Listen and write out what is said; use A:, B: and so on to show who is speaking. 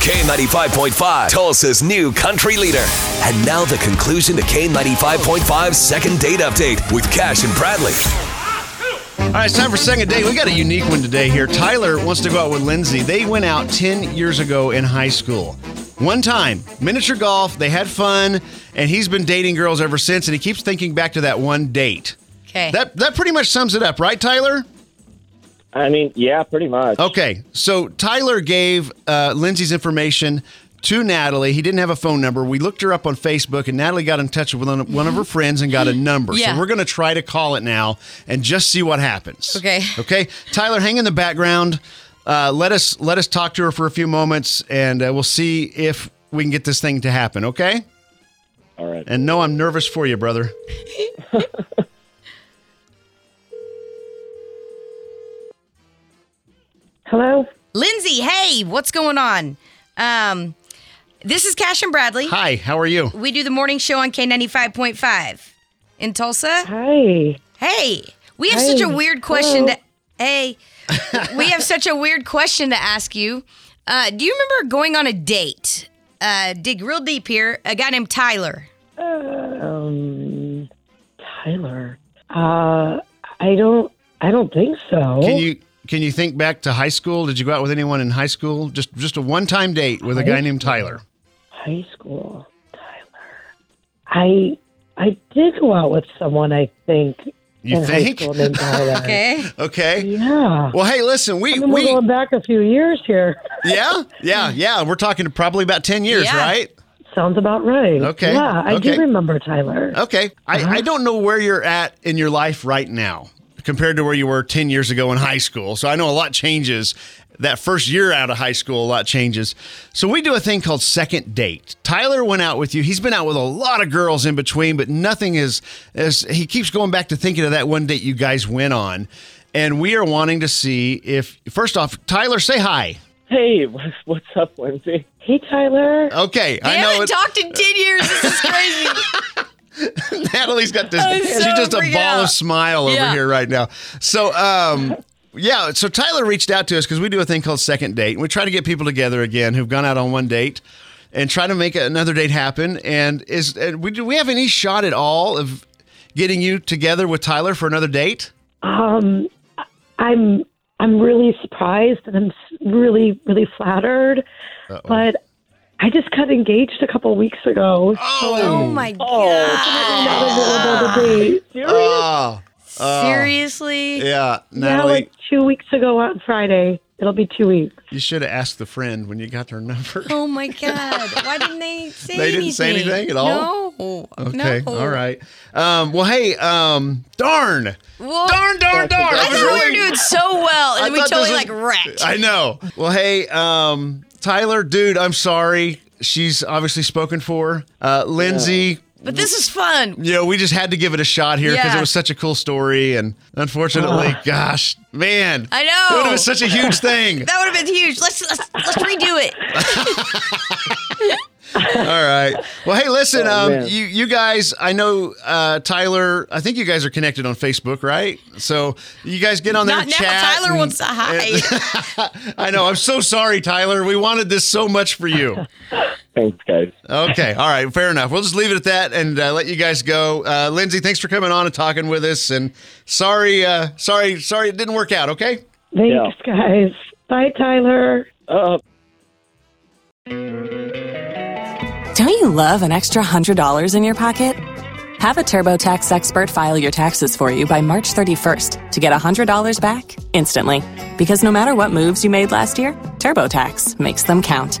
A: K95.5, Tulsa's new country leader. And now the conclusion to K95.5's second date update with Cash and Bradley.
B: All right, it's time for second date. We got a unique one today here. Tyler wants to go out with Lindsay. They went out 10 years ago in high school. One time, miniature golf, they had fun, and he's been dating girls ever since, and he keeps thinking back to that one date.
C: Okay.
B: That that pretty much sums it up, right, Tyler?
D: I mean, yeah, pretty much.
B: Okay, so Tyler gave uh, Lindsay's information to Natalie. He didn't have a phone number. We looked her up on Facebook, and Natalie got in touch with one one of her friends and got a number.
C: Yeah.
B: So we're going to try to call it now and just see what happens.
C: Okay.
B: Okay. Tyler, hang in the background. Uh, let us let us talk to her for a few moments, and uh, we'll see if we can get this thing to happen. Okay.
D: All right.
B: And no, I'm nervous for you, brother.
E: Hello.
C: Lindsay, hey, what's going on? Um, this is Cash and Bradley.
B: Hi. How are you?
C: We do the morning show on K95.5 in Tulsa.
E: Hi.
C: Hey, we have
E: Hey,
C: such a weird question
E: hello.
C: to. Hey, we have such a weird question to ask you. Uh, do you remember going on a date? Uh, dig real deep here. A guy named Tyler.
E: Um, Tyler. Uh, I don't. I don't think so.
B: Can you can you think back to high school? Did you go out with anyone in high school? Just just a one time date with a guy named Tyler.
E: High school. Tyler. I. I did go out with someone. I think.
B: You
E: in
B: think?
E: High school named Tyler.
C: Okay.
B: Okay.
E: Yeah.
B: Well, hey, listen,
E: I
B: we
E: mean, we're
B: we
E: going back a few years here.
B: yeah yeah yeah. We're talking probably about ten years,
C: Yeah.
B: right?
E: Sounds about right.
B: Okay,
E: Yeah, I
B: okay. Oh.
E: do remember Tyler.
B: Okay. I, I don't know where you're at in your life right now compared to where you were ten years ago in high school. So I know a lot changes. That first year out of high school, a lot changes. So we do a thing called second date. Tyler went out with you. He's been out with a lot of girls in between, but nothing is. is he keeps going back to thinking of that one date you guys went on, and we are wanting to see if first off, Tyler, say hi.
D: Hey, what's, what's up, Lindsay?
E: Hey, Tyler.
B: Okay,
C: They
B: I know
C: haven't
B: it,
C: talked in 10 years. This is crazy.
B: Natalie's got this.
C: I'm
B: she's
C: so
B: just a
C: freaked
B: ball of
C: out.
B: smile over
C: Yeah.
B: here right now. So, um, yeah. So Tyler reached out to us because we do a thing called second date, and we try to get people together again who've gone out on one date and try to make another date happen. And is and we do we have any shot at all of getting you together with Tyler for another date?
E: Um, I'm I'm really surprised and I'm s- really really flattered, but I just got engaged a couple weeks ago.
C: oh my
E: I'm
C: God.
E: not available to date.
B: Oh,
C: Seriously?
B: yeah,
E: Yeah,
B: Natalie.
E: like two weeks ago on Friday. It'll be two weeks.
B: you should have asked the friend when you got their number.
C: Oh my God. Why didn't they say
B: They
C: anything?
B: didn't say anything at all?
C: No.
B: Okay,
C: No.
B: all right. Um, well, hey, um, darn.
C: Well,
B: Darn, darn, darn.
C: I thought we were doing so well, and
B: I
C: then we
B: thought
C: totally
B: this
C: like
B: was-
C: wrecked.
B: I know. Well, hey, um, Tyler, dude, I'm sorry. She's obviously spoken for. Uh, Lindsay,
C: but this is fun.
B: you know, we just had to give it a shot here because
C: Yeah.
B: it was such a cool story. And unfortunately, gosh, man.
C: I
B: It would
C: know.
B: have been such a huge thing.
C: That would have been huge. Let's let's let's redo it.
B: All right. Well, hey, listen,
D: Oh,
B: um,
D: man.
B: you you guys, I know uh, Tyler. I think you guys are connected on Facebook, right? So you guys get on there
C: Not
B: and
C: now.
B: chat.
C: Tyler
B: and-
C: wants to hide.
B: I know. I'm so sorry, Tyler. We wanted this so much for you.
D: Thanks, guys.
B: Okay. All right. Fair enough. We'll just leave it at that and uh, let you guys go. Uh, Lindsay, thanks for coming on and talking with us. And sorry, uh, sorry, sorry, it didn't work out. Okay.
E: Thanks, guys. Bye, Tyler.
D: Uh,
F: Don't you love an extra $100 in your pocket? Have a TurboTax expert file your taxes for you by March 31st to get $100 back instantly. Because no matter what moves you made last year, TurboTax makes them count.